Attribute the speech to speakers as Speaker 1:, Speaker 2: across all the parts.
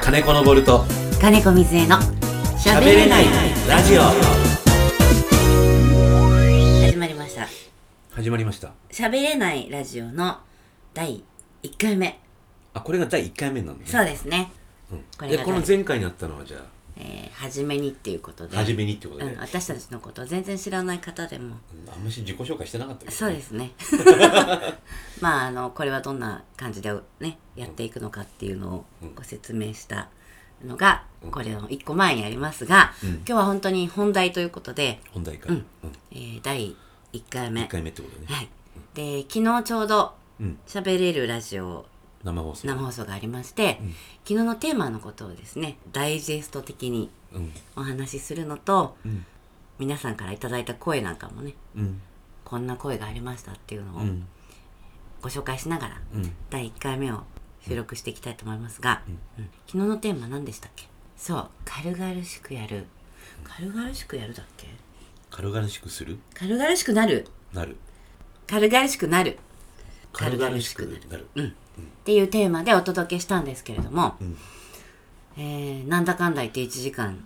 Speaker 1: 金子のボルト
Speaker 2: 金子水江のし
Speaker 1: 喋れないラジオ
Speaker 2: 始まりました
Speaker 1: 始まりました
Speaker 2: 喋れないラジオの第1回目
Speaker 1: あこれが第1回目なんだね
Speaker 2: そうですね、
Speaker 1: うん
Speaker 2: これ
Speaker 1: で
Speaker 2: が第
Speaker 1: この前回になったのはじゃ
Speaker 2: えー、初めにっていうことで
Speaker 1: あ初めにってことで、
Speaker 2: うん、私たちのことを全然知らない方でも
Speaker 1: あんまし自己紹介してなかったけどね
Speaker 2: そうで すねまああのこれはどんな感じでねやっていくのかっていうのを
Speaker 1: うん
Speaker 2: ご説明したのが、
Speaker 1: うん
Speaker 2: これの1個前にありますが、
Speaker 1: うん
Speaker 2: 今日は本当に本題ということで、
Speaker 1: 本題か、
Speaker 2: う
Speaker 1: うんん
Speaker 2: えー第1回目
Speaker 1: 1回目ってことね、
Speaker 2: はい、で昨日ちょうど
Speaker 1: うん
Speaker 2: 「喋れるラジオ
Speaker 1: 生放」送
Speaker 2: 生放送がありまして、
Speaker 1: うん
Speaker 2: 昨日のテーマのことをですねダイジェスト的に
Speaker 1: うん
Speaker 2: お話しするのと
Speaker 1: うん
Speaker 2: 皆さんからいただいた声なんかもね
Speaker 1: うん
Speaker 2: こんな声がありましたっていうのを
Speaker 1: うん
Speaker 2: ご紹介しながら
Speaker 1: うん
Speaker 2: 第1回目を収録していきたいと思いますが、
Speaker 1: うん
Speaker 2: うん昨日のテーマ何でしたっけそう軽々しくやる軽々しくやるだっけ
Speaker 1: 軽々しくする
Speaker 2: 軽々しくなる
Speaker 1: なる
Speaker 2: 軽々しくなる軽
Speaker 1: 軽
Speaker 2: 々
Speaker 1: 々
Speaker 2: し
Speaker 1: し
Speaker 2: く
Speaker 1: く
Speaker 2: なる
Speaker 1: なる
Speaker 2: っていうテーマでお届けしたんですけれども、
Speaker 1: うん
Speaker 2: えーなんだかんだ言って1時間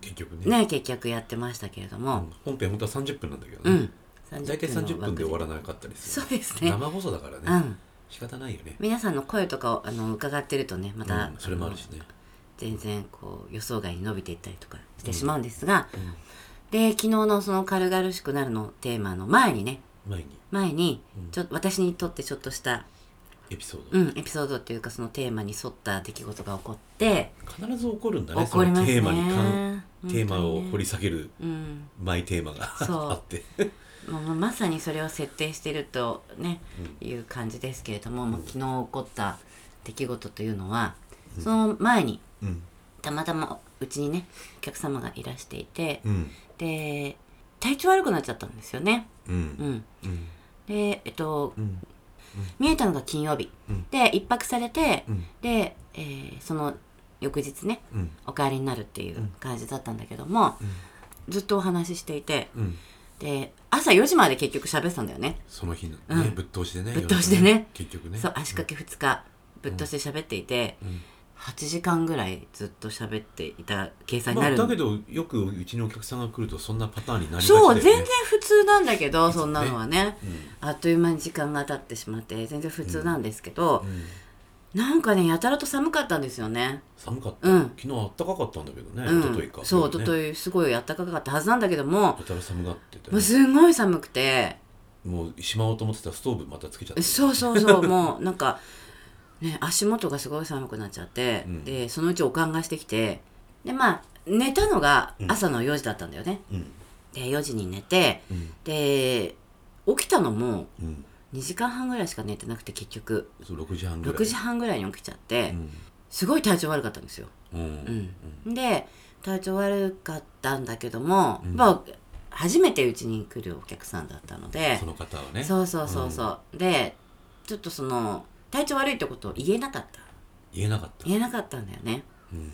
Speaker 1: 結局ね
Speaker 2: ね結局やってましたけれど
Speaker 1: う
Speaker 2: も
Speaker 1: ん、本編本当は30分なんだけど
Speaker 2: う
Speaker 1: ね、
Speaker 2: ん、30
Speaker 1: 大体30分で終わ
Speaker 2: る
Speaker 1: らなかったりす
Speaker 2: そ
Speaker 1: る
Speaker 2: うですね、
Speaker 1: 生放送だからね、
Speaker 2: うん、
Speaker 1: 仕方ないよね、
Speaker 2: 皆さんの声とかをあの伺ってるとねまた、
Speaker 1: うんそれもあるしね
Speaker 2: 全然こう予想外に伸びていったりとかしてしまうんですが、
Speaker 1: ん
Speaker 2: で昨日のその「軽々しくなる」のテーマの前にね
Speaker 1: 前に
Speaker 2: 前に
Speaker 1: うん
Speaker 2: ちょ、私にとってちょっとした、
Speaker 1: エピソード、
Speaker 2: うん、エピソードっていうかそのテーマに沿った出来事が起こって
Speaker 1: 必ず起こるんだね
Speaker 2: 起こりますね
Speaker 1: そのテーマに関
Speaker 2: 本当に
Speaker 1: テ
Speaker 2: ね
Speaker 1: ーマを掘り下げる
Speaker 2: うん
Speaker 1: マイテーマが
Speaker 2: そう
Speaker 1: あって
Speaker 2: まあまあまさにそれを設定しているとね、いう感じですけれども、まあ、昨日起こった出来事というのは、その前に
Speaker 1: うん
Speaker 2: たまたまうちにねお客様がいらしていて、
Speaker 1: うん
Speaker 2: で体調悪くなっちゃったんですよね。
Speaker 1: う
Speaker 2: うんん、
Speaker 1: うん
Speaker 2: でえっと
Speaker 1: うん
Speaker 2: 見えたのが金曜日、
Speaker 1: うん
Speaker 2: で一泊されて、
Speaker 1: うん
Speaker 2: で、えーその翌日ね
Speaker 1: うん
Speaker 2: お帰りになるっていう感じだったんだけども、ずっとお話ししていて
Speaker 1: うん
Speaker 2: で朝4時まで結局喋ってたんだよね。
Speaker 1: その日のね、
Speaker 2: うん
Speaker 1: ぶっ通しでね
Speaker 2: ぶっ通しでね
Speaker 1: 夜の結局ね
Speaker 2: そう足掛け2日ぶっ通して喋っていて、8時間ぐらいずっと喋っていた計算に
Speaker 1: ま
Speaker 2: な
Speaker 1: あ、
Speaker 2: る、
Speaker 1: だけどよくうちのお客さんが来るとそんなパターンになりがちだ
Speaker 2: そ
Speaker 1: よ
Speaker 2: う
Speaker 1: ね
Speaker 2: 全然普通なんだけどそんなのはね
Speaker 1: うん
Speaker 2: あっという間に時間が経ってしまって全然普通なんですけど、
Speaker 1: うん
Speaker 2: なんかねやたらと寒かったんですよね。
Speaker 1: 寒かった、
Speaker 2: うん
Speaker 1: 昨日あったかかったんだけどね、
Speaker 2: うん、
Speaker 1: 一昨日か
Speaker 2: そう一
Speaker 1: ね
Speaker 2: 昨日すごい暖かかったはずなんだけども
Speaker 1: やたら寒がってて、
Speaker 2: もうすごい寒くて
Speaker 1: もうしまおうと思ってたストーブまたつけちゃった
Speaker 2: そうそ うそうもうなんか、ね、足元がすごい寒くなっちゃって、
Speaker 1: うん
Speaker 2: でそのうちおかんがしてきてでまあ寝たのが
Speaker 1: うん
Speaker 2: 朝の4時だったんだよね、
Speaker 1: うん
Speaker 2: で4時に寝て
Speaker 1: うん
Speaker 2: で起きたのも
Speaker 1: うん
Speaker 2: 2時間半ぐらいしか寝てなくて結局
Speaker 1: そう6時半ぐらい
Speaker 2: 6時半ぐらいに起きちゃって、すごい体調悪かったんですよ、
Speaker 1: うんうん
Speaker 2: うんで体調悪かったんだけども、
Speaker 1: うん
Speaker 2: まあ初めてうちに来るお客さんだったので
Speaker 1: その方はね
Speaker 2: そうそうそうそう、でちょっとその体調悪いってことを言えなかった
Speaker 1: 言えなかった
Speaker 2: 言えなかったんだよね
Speaker 1: うん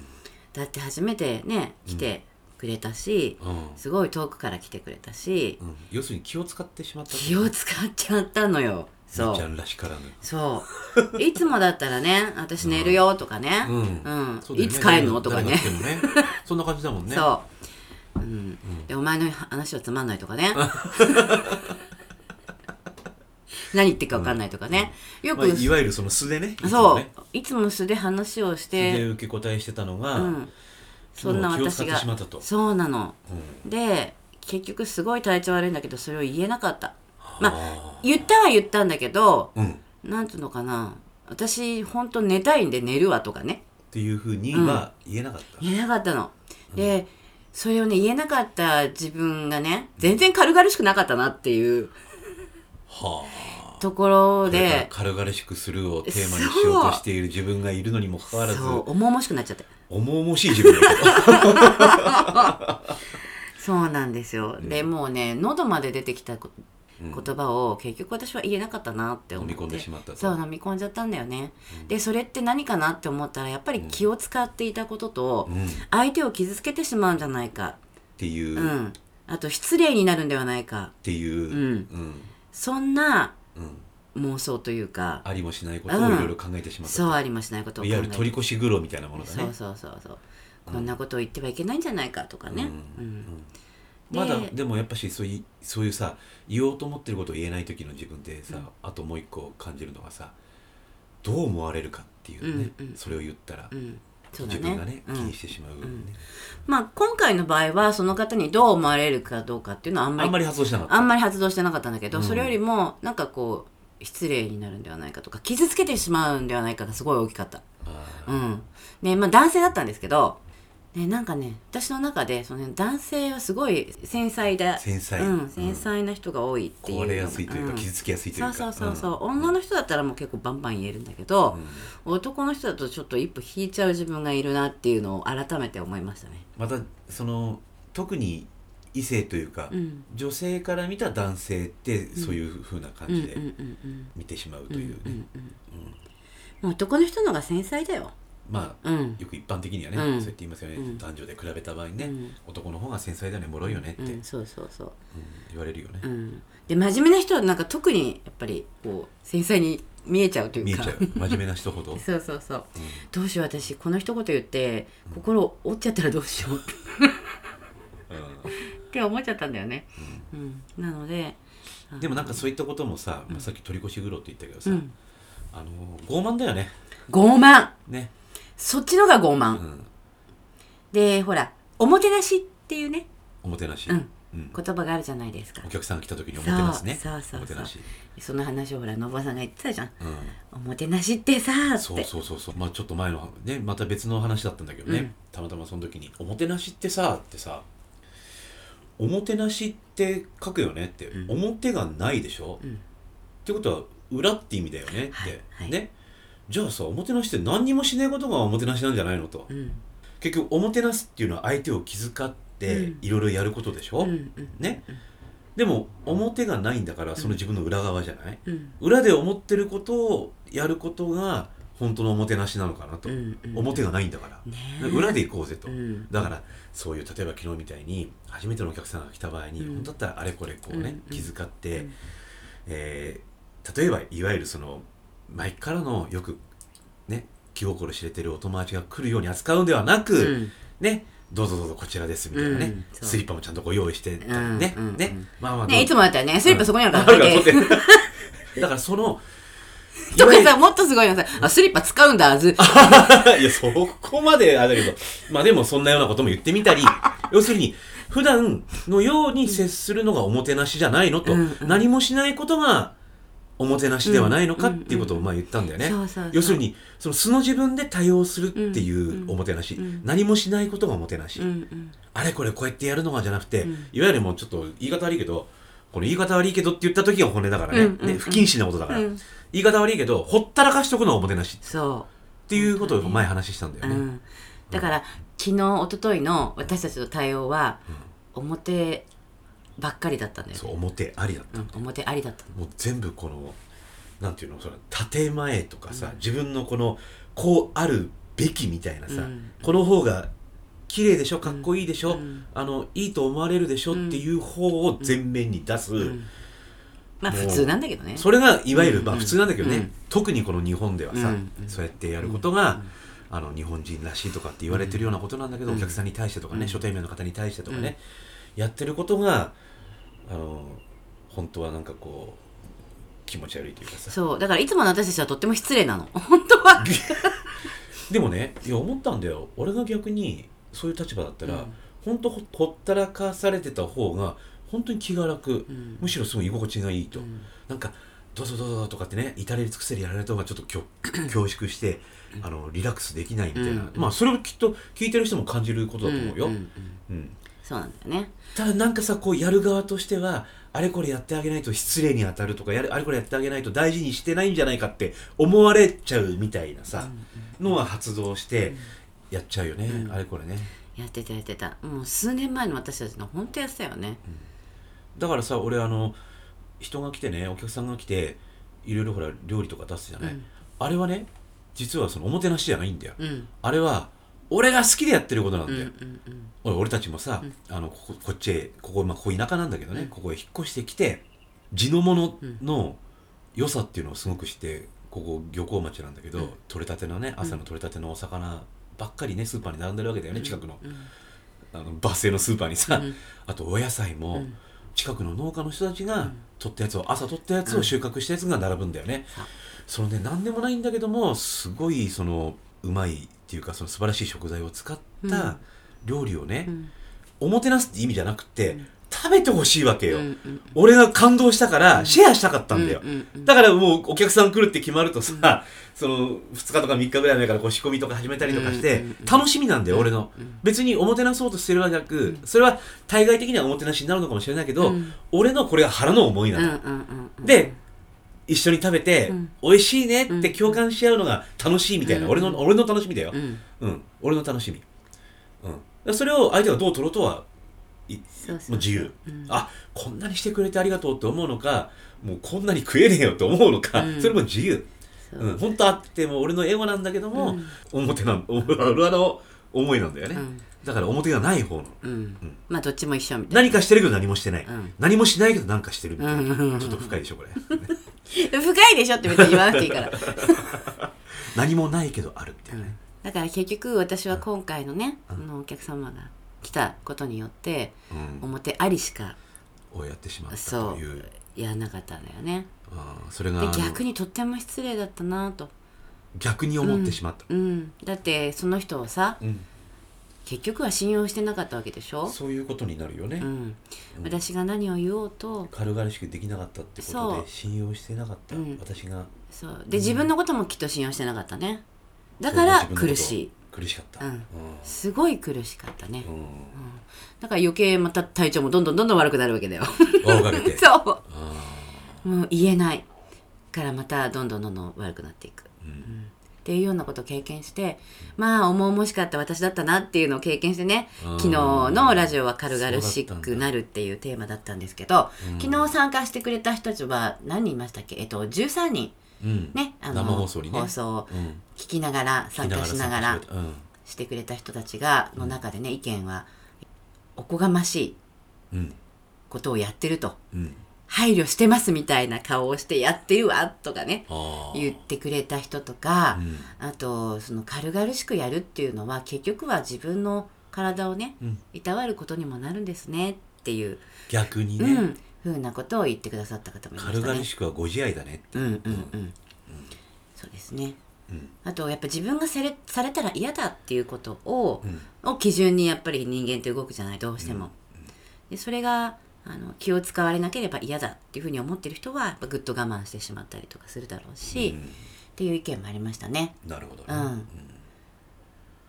Speaker 2: だって初めてね来てくれたし、
Speaker 1: うん
Speaker 2: すごい遠くから来てくれたし、
Speaker 1: うん要するに気を使ってしまった
Speaker 2: 気を使っちゃったのよ
Speaker 1: み
Speaker 2: そ
Speaker 1: ーちゃ
Speaker 2: うん
Speaker 1: らしからぬ
Speaker 2: そういつもだったらね私寝るよとかね
Speaker 1: うん
Speaker 2: うん、
Speaker 1: そうだよ
Speaker 2: い
Speaker 1: ね
Speaker 2: つ帰るのとか
Speaker 1: 誰
Speaker 2: ね
Speaker 1: が来てもねそんな感じだもんね
Speaker 2: そう、うんでお前の話はつまんないとか ね何言ってるか分かんないとかね、よ
Speaker 1: ま
Speaker 2: く、
Speaker 1: あいわゆるその素でね
Speaker 2: そう
Speaker 1: いつもね
Speaker 2: いつも素で話をし
Speaker 1: 素で
Speaker 2: て、
Speaker 1: 受け答えしてたのが
Speaker 2: うん、そんな
Speaker 1: 昨日気を使
Speaker 2: 私
Speaker 1: って
Speaker 2: が
Speaker 1: しまったと
Speaker 2: そうなの
Speaker 1: うん
Speaker 2: で結局すごい体調悪いんだけどそれを言えなかったま
Speaker 1: あ
Speaker 2: 言ったは言ったんだけど
Speaker 1: ーうんっ
Speaker 2: なんていうのかな私ほんと寝たいんで寝るわとかね
Speaker 1: ていうふうには言えなかった
Speaker 2: 言えなかったので、それをね言えなかった自分がね全然軽々しくなかったなっていう
Speaker 1: はあ
Speaker 2: ところ
Speaker 1: これから
Speaker 2: で
Speaker 1: 軽々しくするをテーマにしようとしている自分がいるのにもかかわらず
Speaker 2: そう重々しくなっちゃって
Speaker 1: 重々しい自分だ けど
Speaker 2: そうなんですよ、でもうね喉まで出てきたこ
Speaker 1: うん
Speaker 2: 言葉を結局私は言えなかったなって思って
Speaker 1: 飲み込んでしまったと
Speaker 2: そう飲み込んじゃったんだよね、でそれって何かなって思ったらやっぱり気を使っていたことと、
Speaker 1: うんっ
Speaker 2: 相手を傷つけてしまうんじゃないか
Speaker 1: ていううっ
Speaker 2: んあと失礼になるんではないか
Speaker 1: ていう
Speaker 2: うん
Speaker 1: うん
Speaker 2: そんな
Speaker 1: うん
Speaker 2: 妄想というか、
Speaker 1: ありもしないことをいろいろ考えてしまった
Speaker 2: そうありましないことを
Speaker 1: いわゆる取り越し苦労みたいなものだね
Speaker 2: そうそうそうそう、こんなことを言ってはいけないんじゃないかとかね、
Speaker 1: うん
Speaker 2: うん
Speaker 1: うんまだ
Speaker 2: で
Speaker 1: でもやっぱしそういそういうさ言おうと思ってることを言えない時の自分でさ、あともう一個感じるのがさどう思われるかっていうね、
Speaker 2: うんうん
Speaker 1: それを言ったら、
Speaker 2: うんそうだ
Speaker 1: 自
Speaker 2: ね
Speaker 1: 分がね、
Speaker 2: う
Speaker 1: 気
Speaker 2: ん
Speaker 1: にしてしまう、ね
Speaker 2: んまあ、今回の場合はその方にどう思われるかどうかっていうのはあんま
Speaker 1: あ
Speaker 2: り
Speaker 1: んまり発動しなかった
Speaker 2: あんまり発動してなかったんだけど、
Speaker 1: うん
Speaker 2: それよりもなんかこう失礼になるんではないかとか傷つけてしまうんではないかがすごい大きかった。
Speaker 1: あー
Speaker 2: うんねまあ、男性だったんですけど、ね、なんかね私の中でその、ね、男性はすごい繊細で
Speaker 1: 繊細、
Speaker 2: うん、繊細な人が多いっていうのが
Speaker 1: 壊れやすいというか、
Speaker 2: ん
Speaker 1: 傷つきやすいというか
Speaker 2: そうそうそうそう、
Speaker 1: ん
Speaker 2: 女の人だったらもう結構バンバン言えるんだけど、男の人だとちょっと一歩引いちゃう自分がいるなっていうのを改めて思いましたね。
Speaker 1: またその特に異性というか、
Speaker 2: うん
Speaker 1: 女性から見た男性ってそういうふうな感
Speaker 2: うんうん
Speaker 1: じで
Speaker 2: うんうん
Speaker 1: 見てしまうというね、
Speaker 2: うんうんもう男の人の方が繊細だよ。
Speaker 1: まあ
Speaker 2: うん。
Speaker 1: よく一般的にはね、
Speaker 2: う
Speaker 1: そ
Speaker 2: ん
Speaker 1: うやって言いますよね、
Speaker 2: うん
Speaker 1: 男女で比べた場合ね、
Speaker 2: うん
Speaker 1: 男の方が繊細だよね脆いよねって、
Speaker 2: う
Speaker 1: うん
Speaker 2: ん、そうそうそう。
Speaker 1: 言われるよね、
Speaker 2: うん。で、真面目な人はなんか特にやっぱりこう繊細に見えちゃうとい
Speaker 1: 見
Speaker 2: う
Speaker 1: え
Speaker 2: か。
Speaker 1: ちゃう真面目な人ほど、うん
Speaker 2: そうそうそう。どうしよう私この一言言って心折っちゃったらどうしようってって思っちゃったんだよね。うん。なので。
Speaker 1: うんでもなんかそういったこともさ、まあ、さっき取り越し苦労って言ったけどさ、
Speaker 2: うん。
Speaker 1: あの傲慢だよね
Speaker 2: 傲慢。
Speaker 1: ね、
Speaker 2: そっちのが傲
Speaker 1: う
Speaker 2: 慢。
Speaker 1: ん、
Speaker 2: で、ほら、おもてなしっていうね、
Speaker 1: おもてなし、
Speaker 2: うん
Speaker 1: うん
Speaker 2: 言葉があるじゃないですか
Speaker 1: お。客さん来た時におもてなすね
Speaker 2: そうそうそうそう
Speaker 1: おもてなし、
Speaker 2: その話をほら、のぼさんが言ってたじゃん。
Speaker 1: うん、
Speaker 2: おもてなしってさーって。
Speaker 1: そうそうそうそうまあちょっと前のねまた別の話だったんだけどね、
Speaker 2: うん
Speaker 1: たまたまその時に「おもてなしってさ」ってさ「おもてなしって書くよね」って「
Speaker 2: うん
Speaker 1: 表がないでしょ」
Speaker 2: うん
Speaker 1: ってことは「裏」って意味だよねって、
Speaker 2: はいはい
Speaker 1: ねじゃあさおもてなしって何にもしないことがおもてなしなんじゃないのと、
Speaker 2: うん。
Speaker 1: 結局おもてなすっていうのは相手を気遣って
Speaker 2: うん
Speaker 1: いろいろやることでし
Speaker 2: う
Speaker 1: ょ、
Speaker 2: ん。うん。
Speaker 1: ねでも表がないんだからその自分の裏側じゃない、
Speaker 2: うん。
Speaker 1: 裏で思ってることをやることが本当のおもてなしなのかなと、
Speaker 2: うんうん
Speaker 1: 表がないんだから、
Speaker 2: ね
Speaker 1: 裏で行こうぜと、
Speaker 2: うん
Speaker 1: だからそういう例えば昨日みたいに初めてのお客さんが来た場合に、
Speaker 2: うん
Speaker 1: 本当だったらあれこれこう
Speaker 2: うんう
Speaker 1: ね
Speaker 2: ん、
Speaker 1: 気遣って、
Speaker 2: うん
Speaker 1: えー例えばいわゆるその前からのよくね気心知れてるお友達が来るように扱うんではなく、
Speaker 2: うん。
Speaker 1: ねどうぞどうぞこちらですみたいなね、
Speaker 2: うんそう
Speaker 1: スリッパもちゃんとご用意してたりね、
Speaker 2: うんうんうん
Speaker 1: ねまあまあどう
Speaker 2: ね、いつもだったらね、スリッパそこにあるか
Speaker 1: あ
Speaker 2: ら、
Speaker 1: る
Speaker 2: ね
Speaker 1: か、ら取ってだからそ の
Speaker 2: とかさ、もっとすごいのさ、あ、スリッパ使うんだ、ず。
Speaker 1: いや、そこまであれだけど、まあでもそんなようなことも言ってみたり、 要するに、普段のように接するのがおもてなしじゃないのと、
Speaker 2: うんうん
Speaker 1: 何もしないことがおもてなしではないのかっていうことをまあ言ったんだよね。
Speaker 2: そうそうそう
Speaker 1: 要するに、その素の自分で対応するっていう
Speaker 2: うん
Speaker 1: おもてなし、
Speaker 2: うん
Speaker 1: 何もしないことがおもてなし、
Speaker 2: うんうん。
Speaker 1: あれこれこうやってやるのがじゃなくて、
Speaker 2: うん
Speaker 1: いわゆるもうちょっと言い方悪いけど、この言い方悪いけどって言った時が本音だからね、
Speaker 2: うんうんうん
Speaker 1: ね不謹慎なことだから、
Speaker 2: うん
Speaker 1: 言い方悪いけど、ほったらかしとくのがおもてなし
Speaker 2: そ
Speaker 1: っていうことを前話したんだ
Speaker 2: う。う
Speaker 1: よね。
Speaker 2: ん。だから、昨日、一昨日の私たちの対応は、表ばっかりだったんだよね。
Speaker 1: そう表ありだった、
Speaker 2: うん、表ありだった
Speaker 1: もう全部このなんていうのその建前とかさ、自分のこのこうあるべきみたいなさ、
Speaker 2: うん
Speaker 1: この方が綺麗でしょかっこいいでしょ、
Speaker 2: うん
Speaker 1: あのいいと思われるでしょ、
Speaker 2: うん
Speaker 1: っていう方を前面に出す、
Speaker 2: の、うん、まあ
Speaker 1: もう
Speaker 2: 普通なんだけどね
Speaker 1: それがいわゆる、
Speaker 2: うん
Speaker 1: まあ普通なんだけどね、
Speaker 2: うん
Speaker 1: 特にこの日本ではさ、
Speaker 2: うん
Speaker 1: そうやってやることが、あの日本人らしいとかって言われてるようなことなんだけど、
Speaker 2: うん
Speaker 1: お客さんに対してとかね、
Speaker 2: うん
Speaker 1: 初対面の方に対してとかね、やってることがあの本当はなんかこう気持ち悪いというかさ
Speaker 2: そうだからいつもの私たちはとっても失礼なの本当は
Speaker 1: でもねいや思ったんだよ俺が逆にそういう立場だったら、
Speaker 2: うん
Speaker 1: 本当ほほったらかされてた方が本当に気が楽、
Speaker 2: ん
Speaker 1: むしろすごい居心地がいいと、
Speaker 2: うん
Speaker 1: なんかどうぞどうぞとかってね至れり尽くせりやられた方がちょっときょ 恐縮してあのリラックスできないみたいな、
Speaker 2: うん
Speaker 1: まあそれをきっと聞いてる人も感じることだと思うよ、
Speaker 2: んんん
Speaker 1: うん
Speaker 2: そうなんだよね
Speaker 1: ただなんかさこうやる側としてはあれこれやってあげないと失礼に当たるとかやるあれこれやってあげないと大事にしてないんじゃないかって思われちゃうみたいなさ、のは発動してやっちゃうよね、あれこれね
Speaker 2: やってたやってたもう数年前の私たちの本当やってたよね、
Speaker 1: だからさ俺あの人が来てねお客さんが来ていろいろほら料理とか出すじゃない、
Speaker 2: うん
Speaker 1: あれはね実はそのおもてなしじゃないんだよ、
Speaker 2: うん、うん
Speaker 1: あれは俺が好きでやってることなん
Speaker 2: う
Speaker 1: だよ、
Speaker 2: んうん
Speaker 1: ほら俺たちもさ、あのこここっちへここ,、まあ、ここ田舎なんだけどね、
Speaker 2: うん
Speaker 1: ここへ引っ越してきて地のものの良さっていうのをすごくしてここ漁港町なんだけど、
Speaker 2: うん
Speaker 1: 取れたてのね朝の取れたてのお魚ばっかりねスーパーに並んでるわけだよね近くの,、
Speaker 2: うん
Speaker 1: あのバス停のスーパーにさ、
Speaker 2: うん
Speaker 1: あとお野菜も、
Speaker 2: うん
Speaker 1: 近くの農家の人たち
Speaker 2: う
Speaker 1: が
Speaker 2: ん
Speaker 1: 取ったやつを朝取ったやつ
Speaker 2: う
Speaker 1: を
Speaker 2: ん
Speaker 1: 収穫したやつが並ぶんだよね、
Speaker 2: そ
Speaker 1: そ
Speaker 2: う
Speaker 1: のね何でもないんだけどもすごいそのうまいっていうかその素晴らしい食材を使っ
Speaker 2: う
Speaker 1: た
Speaker 2: ん
Speaker 1: 料理をね、
Speaker 2: うん
Speaker 1: おもてなすって意味じゃなくて、
Speaker 2: ん
Speaker 1: 食べてほしいわけよ、
Speaker 2: うんうん
Speaker 1: 俺が感動したからシェアしたかったんだよ、
Speaker 2: うんうんうん
Speaker 1: だからもうお客さん来るって決まるとさ、その2日とか3日ぐらい前からこう仕込みとか始めたりとかして、
Speaker 2: うんうんうん
Speaker 1: 楽しみなんだよ、俺の
Speaker 2: うん
Speaker 1: 別におもてなそうとしてるわけじゃなく、それは対外的にはおもてなしになるのかもしれないけど、
Speaker 2: うん
Speaker 1: 俺のこれが腹の思いな
Speaker 2: うんう
Speaker 1: の、
Speaker 2: んうんうん
Speaker 1: で一緒に食べて、
Speaker 2: うん
Speaker 1: 美味しいねって共感し合うのが楽しいみたいな、
Speaker 2: うん
Speaker 1: 俺の俺の楽しみだよ
Speaker 2: う、ん
Speaker 1: うん俺の楽しみ、うん、それを相手がどう取ろうとはい
Speaker 2: そうそう
Speaker 1: もう自由、
Speaker 2: うん
Speaker 1: あこんなにしてくれてありがとうって思うのかもうこんなに食えねえよって思うのか、
Speaker 2: うん
Speaker 1: それも自由、
Speaker 2: そう
Speaker 1: うん、本当あっても俺のエゴなんだけども、表なん裏の思いなんだよね、
Speaker 2: うん
Speaker 1: だから表がない方の
Speaker 2: うんまあどっちも一緒みたい
Speaker 1: 何かしてるけど何もしてない、
Speaker 2: うん
Speaker 1: 何もしないけど何かしてるみたいな、
Speaker 2: うん
Speaker 1: ちょっと深いでしょこ れ
Speaker 2: な深いでしょって別に言わなくていいから
Speaker 1: 何もないけどあるみたいなね、
Speaker 2: だから結局私は今回のね、
Speaker 1: うん
Speaker 2: あのお客様が来たことによって
Speaker 1: うん
Speaker 2: 表ありしか
Speaker 1: をやってしまった
Speaker 2: そ
Speaker 1: という
Speaker 2: うやらなかったんだよね
Speaker 1: あーそれが
Speaker 2: で
Speaker 1: あの
Speaker 2: 逆にとっても失礼だったなと、
Speaker 1: 逆に思ってしまった、
Speaker 2: うん、だってその人をさ
Speaker 1: うん
Speaker 2: 結局は信用してなかったわけでしょ、
Speaker 1: そういうことになるよね、
Speaker 2: うん、
Speaker 1: うん
Speaker 2: 私が何を言おうと
Speaker 1: 軽々しくできなかったってこ
Speaker 2: そ
Speaker 1: と
Speaker 2: う
Speaker 1: で信用してなかった、
Speaker 2: うん
Speaker 1: 私が
Speaker 2: そうで自分のこともきっと信用してなかったねだ
Speaker 1: そ
Speaker 2: か
Speaker 1: う
Speaker 2: ら
Speaker 1: 自分のこと
Speaker 2: 苦しい
Speaker 1: 苦しかった
Speaker 2: うん
Speaker 1: うん
Speaker 2: すごい苦しかったね、
Speaker 1: うん
Speaker 2: だから余計また体調もどんどんどんどん悪くなるわけだよ
Speaker 1: 輪をかけて
Speaker 2: そ
Speaker 1: あ
Speaker 2: うもう言えないからまたどんどんどんどん悪くなっていく
Speaker 1: ーうん
Speaker 2: っていうようなことを経験してまあ重々しかった私だったなっていうのを経験してね
Speaker 1: うん
Speaker 2: 昨日のラジオは軽々しくなるっていうテーマだったんですけど、
Speaker 1: うん
Speaker 2: 昨日参加してくれた人たちは何人いましたっけえっと13人
Speaker 1: うん
Speaker 2: ねあの
Speaker 1: 生放送にね
Speaker 2: 放送を
Speaker 1: うん
Speaker 2: 聞きながら参加しながら
Speaker 1: 聞きながら
Speaker 2: してくれた人たちがの中でね意見はおこがましい
Speaker 1: うんうん
Speaker 2: ことをやってると
Speaker 1: うん
Speaker 2: 配慮してますみたいな顔をしてやってるわとかね
Speaker 1: あー
Speaker 2: 言ってくれた人とか
Speaker 1: う、ん
Speaker 2: あとその軽々しくやるっていうのは結局は自分の体をね
Speaker 1: うん
Speaker 2: いたわることにもなるんですねっていう、
Speaker 1: 逆に
Speaker 2: う
Speaker 1: ね
Speaker 2: ん、ふうなことを言ってくださった方もいま
Speaker 1: 軽
Speaker 2: したね
Speaker 1: 々。しくはご自愛だねって
Speaker 2: うんうんうん、そうですね
Speaker 1: うん
Speaker 2: あとやっぱ自分がされされたら嫌だっていうことを
Speaker 1: う,、ん
Speaker 2: を基準にやっぱり人間って動くじゃないどうしても。でそれがあの気を使われなければ嫌だっていうふうに思ってる人はやっぱぐっと我慢してしまったりとかするだろうし、
Speaker 1: う
Speaker 2: っ
Speaker 1: ん
Speaker 2: ていう意見もありましたね。
Speaker 1: なるほどね
Speaker 2: うん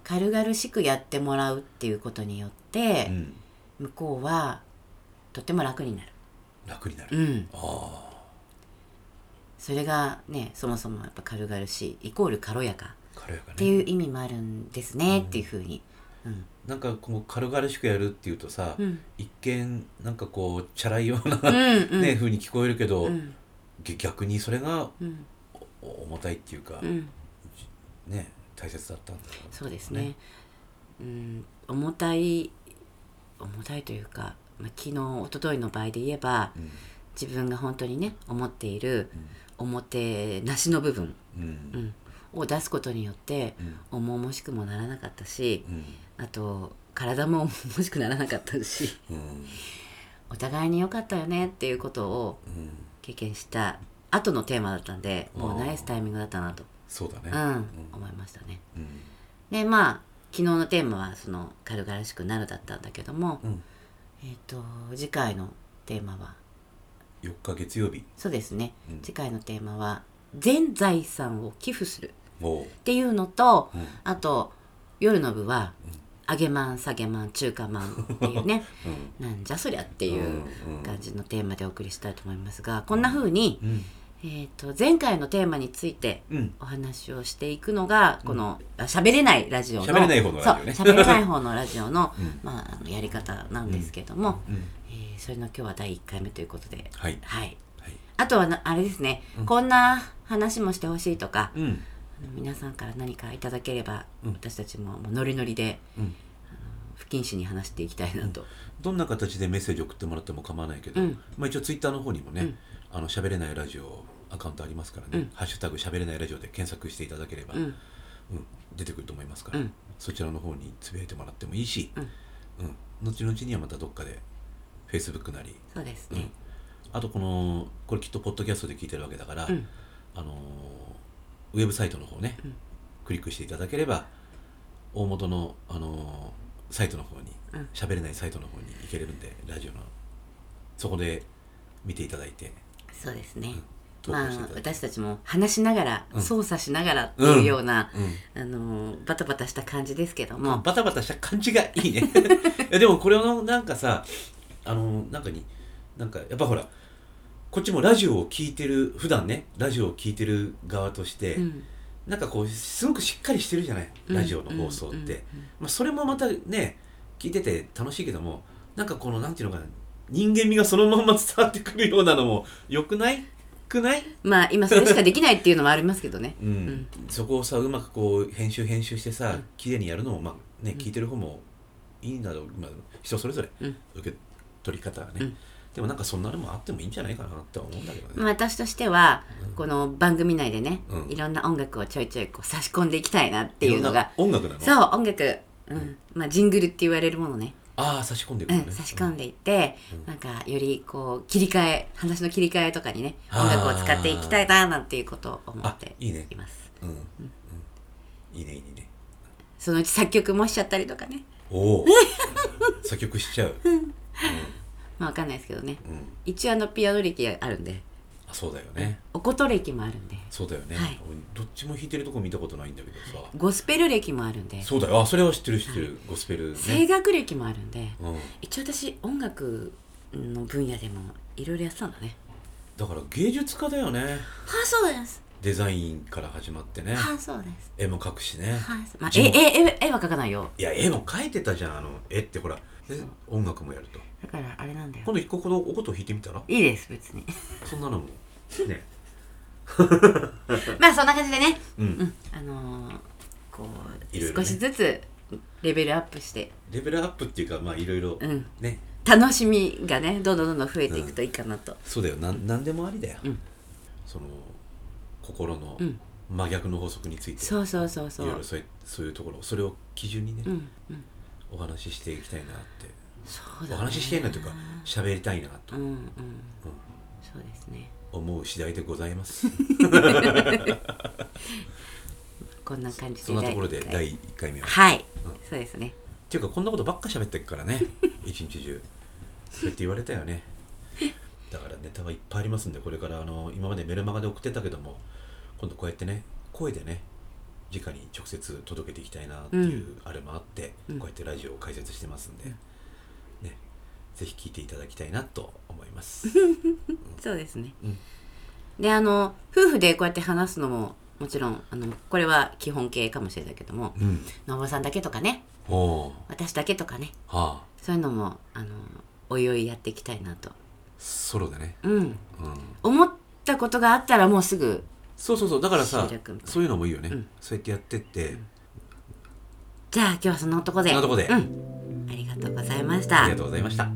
Speaker 2: 軽々しくやってもらうっていうことによって
Speaker 1: う、ん
Speaker 2: 向こうはとても楽になる、
Speaker 1: 楽にな
Speaker 2: う
Speaker 1: る
Speaker 2: ん、
Speaker 1: あ
Speaker 2: それがねそもそもやっぱ軽々しいイコール軽やか
Speaker 1: あ軽やか
Speaker 2: って
Speaker 1: ね
Speaker 2: いう意味もあるんですね、っていうふうに、うん
Speaker 1: なんかこう軽々しくやるっていうとさ
Speaker 2: うん
Speaker 1: 一見なんかこうチャラいような
Speaker 2: うんうん
Speaker 1: ね風に聞こえるけど
Speaker 2: うん
Speaker 1: ぎ逆にそれが
Speaker 2: うん
Speaker 1: お重たいっていうか
Speaker 2: うん
Speaker 1: ね大切だったんだろう
Speaker 2: そうですねうん、重たい重たいというか、まあ、昨日一昨日の場合で言えば
Speaker 1: うん
Speaker 2: 自分が本当にね思っている表なしの部分、
Speaker 1: うん
Speaker 2: う
Speaker 1: うん
Speaker 2: ん、を出すことによって
Speaker 1: うん
Speaker 2: 重々しくもならなかったし
Speaker 1: うん
Speaker 2: あと体も重々しくならなかったし
Speaker 1: うん
Speaker 2: お互いに良かったよねっていうことを
Speaker 1: うん
Speaker 2: 経験した後のテーマだったんでもうナイスタイミングだったなと、
Speaker 1: そうだね
Speaker 2: うん
Speaker 1: うん
Speaker 2: 思いましたね。
Speaker 1: うん
Speaker 2: でまあ昨日のテーマはその軽々しくなるだったんだけども、
Speaker 1: うん
Speaker 2: えっ、と次回のテーマは
Speaker 1: 4日月曜日
Speaker 2: そうですね、
Speaker 1: うん
Speaker 2: 次回のテーマは全財産を寄付する
Speaker 1: おう
Speaker 2: っていうのと、
Speaker 1: うん
Speaker 2: あと夜の部は上げまん下げまん中華まんってい うね
Speaker 1: うん
Speaker 2: なんじゃそりゃっていう
Speaker 1: うんうん
Speaker 2: 感じのテーマでお送りしたいと思いますがこんな風に、
Speaker 1: うん
Speaker 2: えー、と前回のテーマについて
Speaker 1: うん
Speaker 2: お話をしていくのがこのあ喋れないラジオの
Speaker 1: 喋れない方のラジオね、
Speaker 2: そう喋れない方のラジオの
Speaker 1: うん
Speaker 2: まあ、あのやり方なんですけども、
Speaker 1: うん
Speaker 2: えーそれの今日は第1回目ということで、
Speaker 1: はい
Speaker 2: はい、
Speaker 1: はい
Speaker 2: あとはなあれですね、
Speaker 1: うん
Speaker 2: こんな話もしてほしいとか、
Speaker 1: うん
Speaker 2: あの皆さんから何かいただければ、
Speaker 1: うん
Speaker 2: 私たちももうノリノリで
Speaker 1: うん
Speaker 2: 不謹慎に話していきたいなと、
Speaker 1: どんな形でメッセージ送ってもらっても構わないけど、
Speaker 2: うん
Speaker 1: まあ、一応ツイッターの方にもね、
Speaker 2: うん
Speaker 1: あの喋れないラジオアカウントありますからね「
Speaker 2: うん
Speaker 1: ハッシュタグしゃべれないラジオ」で検索していただければ、
Speaker 2: うん
Speaker 1: うん出てくると思いますから、
Speaker 2: うん
Speaker 1: そちらの方につぶやいてもらってもいいし、
Speaker 2: うん
Speaker 1: うん後々にはまたどっかで Facebook なり、
Speaker 2: そうです
Speaker 1: うん
Speaker 2: ね
Speaker 1: あとこのこれきっとポッドキャストで聞いてるわけだから、
Speaker 2: うん
Speaker 1: あのーウェブサイトの方ね、
Speaker 2: うん
Speaker 1: クリックしていただければ大元の、あのーサイトの方に
Speaker 2: うん
Speaker 1: 喋、れないサイトの方に行けれるんでラジオのそこで見ていただいて
Speaker 2: そうですね、
Speaker 1: 投稿
Speaker 2: まあ
Speaker 1: していただいて、
Speaker 2: 私たちも話しながら、
Speaker 1: うん
Speaker 2: 操作しながらっていうような、
Speaker 1: うん
Speaker 2: あのーバタバタした感じですけども、
Speaker 1: バタバタした感じがいい ねいやでもこれのなんかさあのなんかになんかやっぱほらこっちもラジオを聞いてる普段ねラジオを聞いてる側として、
Speaker 2: うん
Speaker 1: なんかこうすごくしっかりしてるじゃないラジオの放送って、
Speaker 2: うんうん
Speaker 1: まあ、それもまたね聞いてて楽しいけどもなんかこのなんていうのかな人間味がそのまんま伝わってくるようなのも良くないくない、
Speaker 2: まあ今それしかできないっていうのもありますけどね
Speaker 1: うん
Speaker 2: ん
Speaker 1: そこをさうまくこう編集編集してさ、
Speaker 2: うん
Speaker 1: 綺麗にやるのもまあね
Speaker 2: うん
Speaker 1: 聞いてる方もいいんだろう、まあ、人それぞれ、
Speaker 2: うん
Speaker 1: 受け取り方はね、
Speaker 2: うん
Speaker 1: でもなんかそんなのもあってもいいんじゃないかなって思うんだけどね、
Speaker 2: まあ私としては
Speaker 1: うん
Speaker 2: この番組内でね、
Speaker 1: うん
Speaker 2: いろんな音楽をちょいちょいこう差し込んでいきたいなっていうのが
Speaker 1: ろんな音楽なの
Speaker 2: そう音楽、うんまあ、ジングルって言われるものね、
Speaker 1: ああ差し込んでいく
Speaker 2: う
Speaker 1: のね、
Speaker 2: ん、差し込んでいって、
Speaker 1: うん
Speaker 2: なんかよりこう切り替え話の切り替えとかにね
Speaker 1: あー
Speaker 2: 音楽を使っていきたいななんていうことを思っ
Speaker 1: あ
Speaker 2: て
Speaker 1: いいね
Speaker 2: います
Speaker 1: うん、うんいいねいいね
Speaker 2: そのうち作曲もしちゃったりとかね
Speaker 1: お お作曲しちゃう、うん
Speaker 2: まあわかんないですけどね
Speaker 1: うん
Speaker 2: 一応あのピアノ歴あるんで
Speaker 1: あそうだよね
Speaker 2: お琴歴もあるんで
Speaker 1: そうだよね、
Speaker 2: はい
Speaker 1: 俺どっちも弾いてるとこ見たことないんだけどさ、
Speaker 2: ゴスペル歴もあるんで
Speaker 1: そうだよあそれは知ってる知ってる、ゴスペル
Speaker 2: 声
Speaker 1: ね、
Speaker 2: 楽歴もあるんで、
Speaker 1: うん、
Speaker 2: 一応私音楽の分野でもいろいろやってたんだね
Speaker 1: だから芸術家だよね
Speaker 2: はいそうです
Speaker 1: デザインから始まってね
Speaker 2: はいそうです
Speaker 1: 絵も描くしね
Speaker 2: はい、まあ、
Speaker 1: 字
Speaker 2: 絵
Speaker 1: も
Speaker 2: 絵絵絵は描かないよ
Speaker 1: いや絵も描いてたじゃんあの絵ってほら、ね
Speaker 2: そう
Speaker 1: 音楽もやると
Speaker 2: だからあれなんだよ
Speaker 1: 今度一個このおこと弾いてみたら
Speaker 2: いいです別に
Speaker 1: そんなのもね
Speaker 2: まあそんな感じでね
Speaker 1: うん、
Speaker 2: うんあのーこう
Speaker 1: いろいろ
Speaker 2: 少
Speaker 1: ね
Speaker 2: しずつレベルアップして
Speaker 1: レベルアップっていうかまあいろいろ
Speaker 2: うん
Speaker 1: ね
Speaker 2: 楽しみがねどんどんどんどん増えていくといいかなと、
Speaker 1: そうだよなんなんでもありだよ、
Speaker 2: うん
Speaker 1: その心の
Speaker 2: うん
Speaker 1: 真逆の法則について、
Speaker 2: そうそうそうそ
Speaker 1: いろいろ
Speaker 2: う
Speaker 1: そういそういうところそれを基準にね、
Speaker 2: うんうん
Speaker 1: お話ししていきたいなって、
Speaker 2: そうだ、ね、
Speaker 1: お話ししていなというか喋りたいなと
Speaker 2: うんうんそうですね
Speaker 1: 思う次第でございます
Speaker 2: こんな感じで
Speaker 1: そんなところで
Speaker 2: 第一
Speaker 1: 第1回
Speaker 2: 回
Speaker 1: 目は、っ
Speaker 2: はい、
Speaker 1: うん
Speaker 2: そうですね
Speaker 1: ていうかこんなことばっか喋ってるから ね一日中そうやって言われたよねだからネタはいっぱいありますんでこれからあの今までメルマガで送ってたけども今度こうやってね声でね直に直接届けていきたいなっていうあれもあって、
Speaker 2: うん
Speaker 1: こうやってラジオを解説してますんで、ねぜひ聞いていただきたいなと思います。
Speaker 2: そうですね、
Speaker 1: うん
Speaker 2: であの夫婦でこうやって話すのももちろんあのこれは基本形かもしれないけども
Speaker 1: うん、
Speaker 2: 信さんだけとかね
Speaker 1: おー
Speaker 2: 私だけとかね
Speaker 1: はあ
Speaker 2: そういうのもあのおいおいやっていきたいなと、
Speaker 1: ソロでね、
Speaker 2: うん、
Speaker 1: うん、
Speaker 2: 思ったことがあったらもうすぐ
Speaker 1: そうそうそうだからさ
Speaker 2: シーラくんみたいな
Speaker 1: そういうのもいいよね、
Speaker 2: うん
Speaker 1: そうやってやってって、
Speaker 2: じゃあ今日はそのとこで
Speaker 1: そんなとこで
Speaker 2: うん、ありがとうございまし
Speaker 1: あ
Speaker 2: た
Speaker 1: りがとうございました。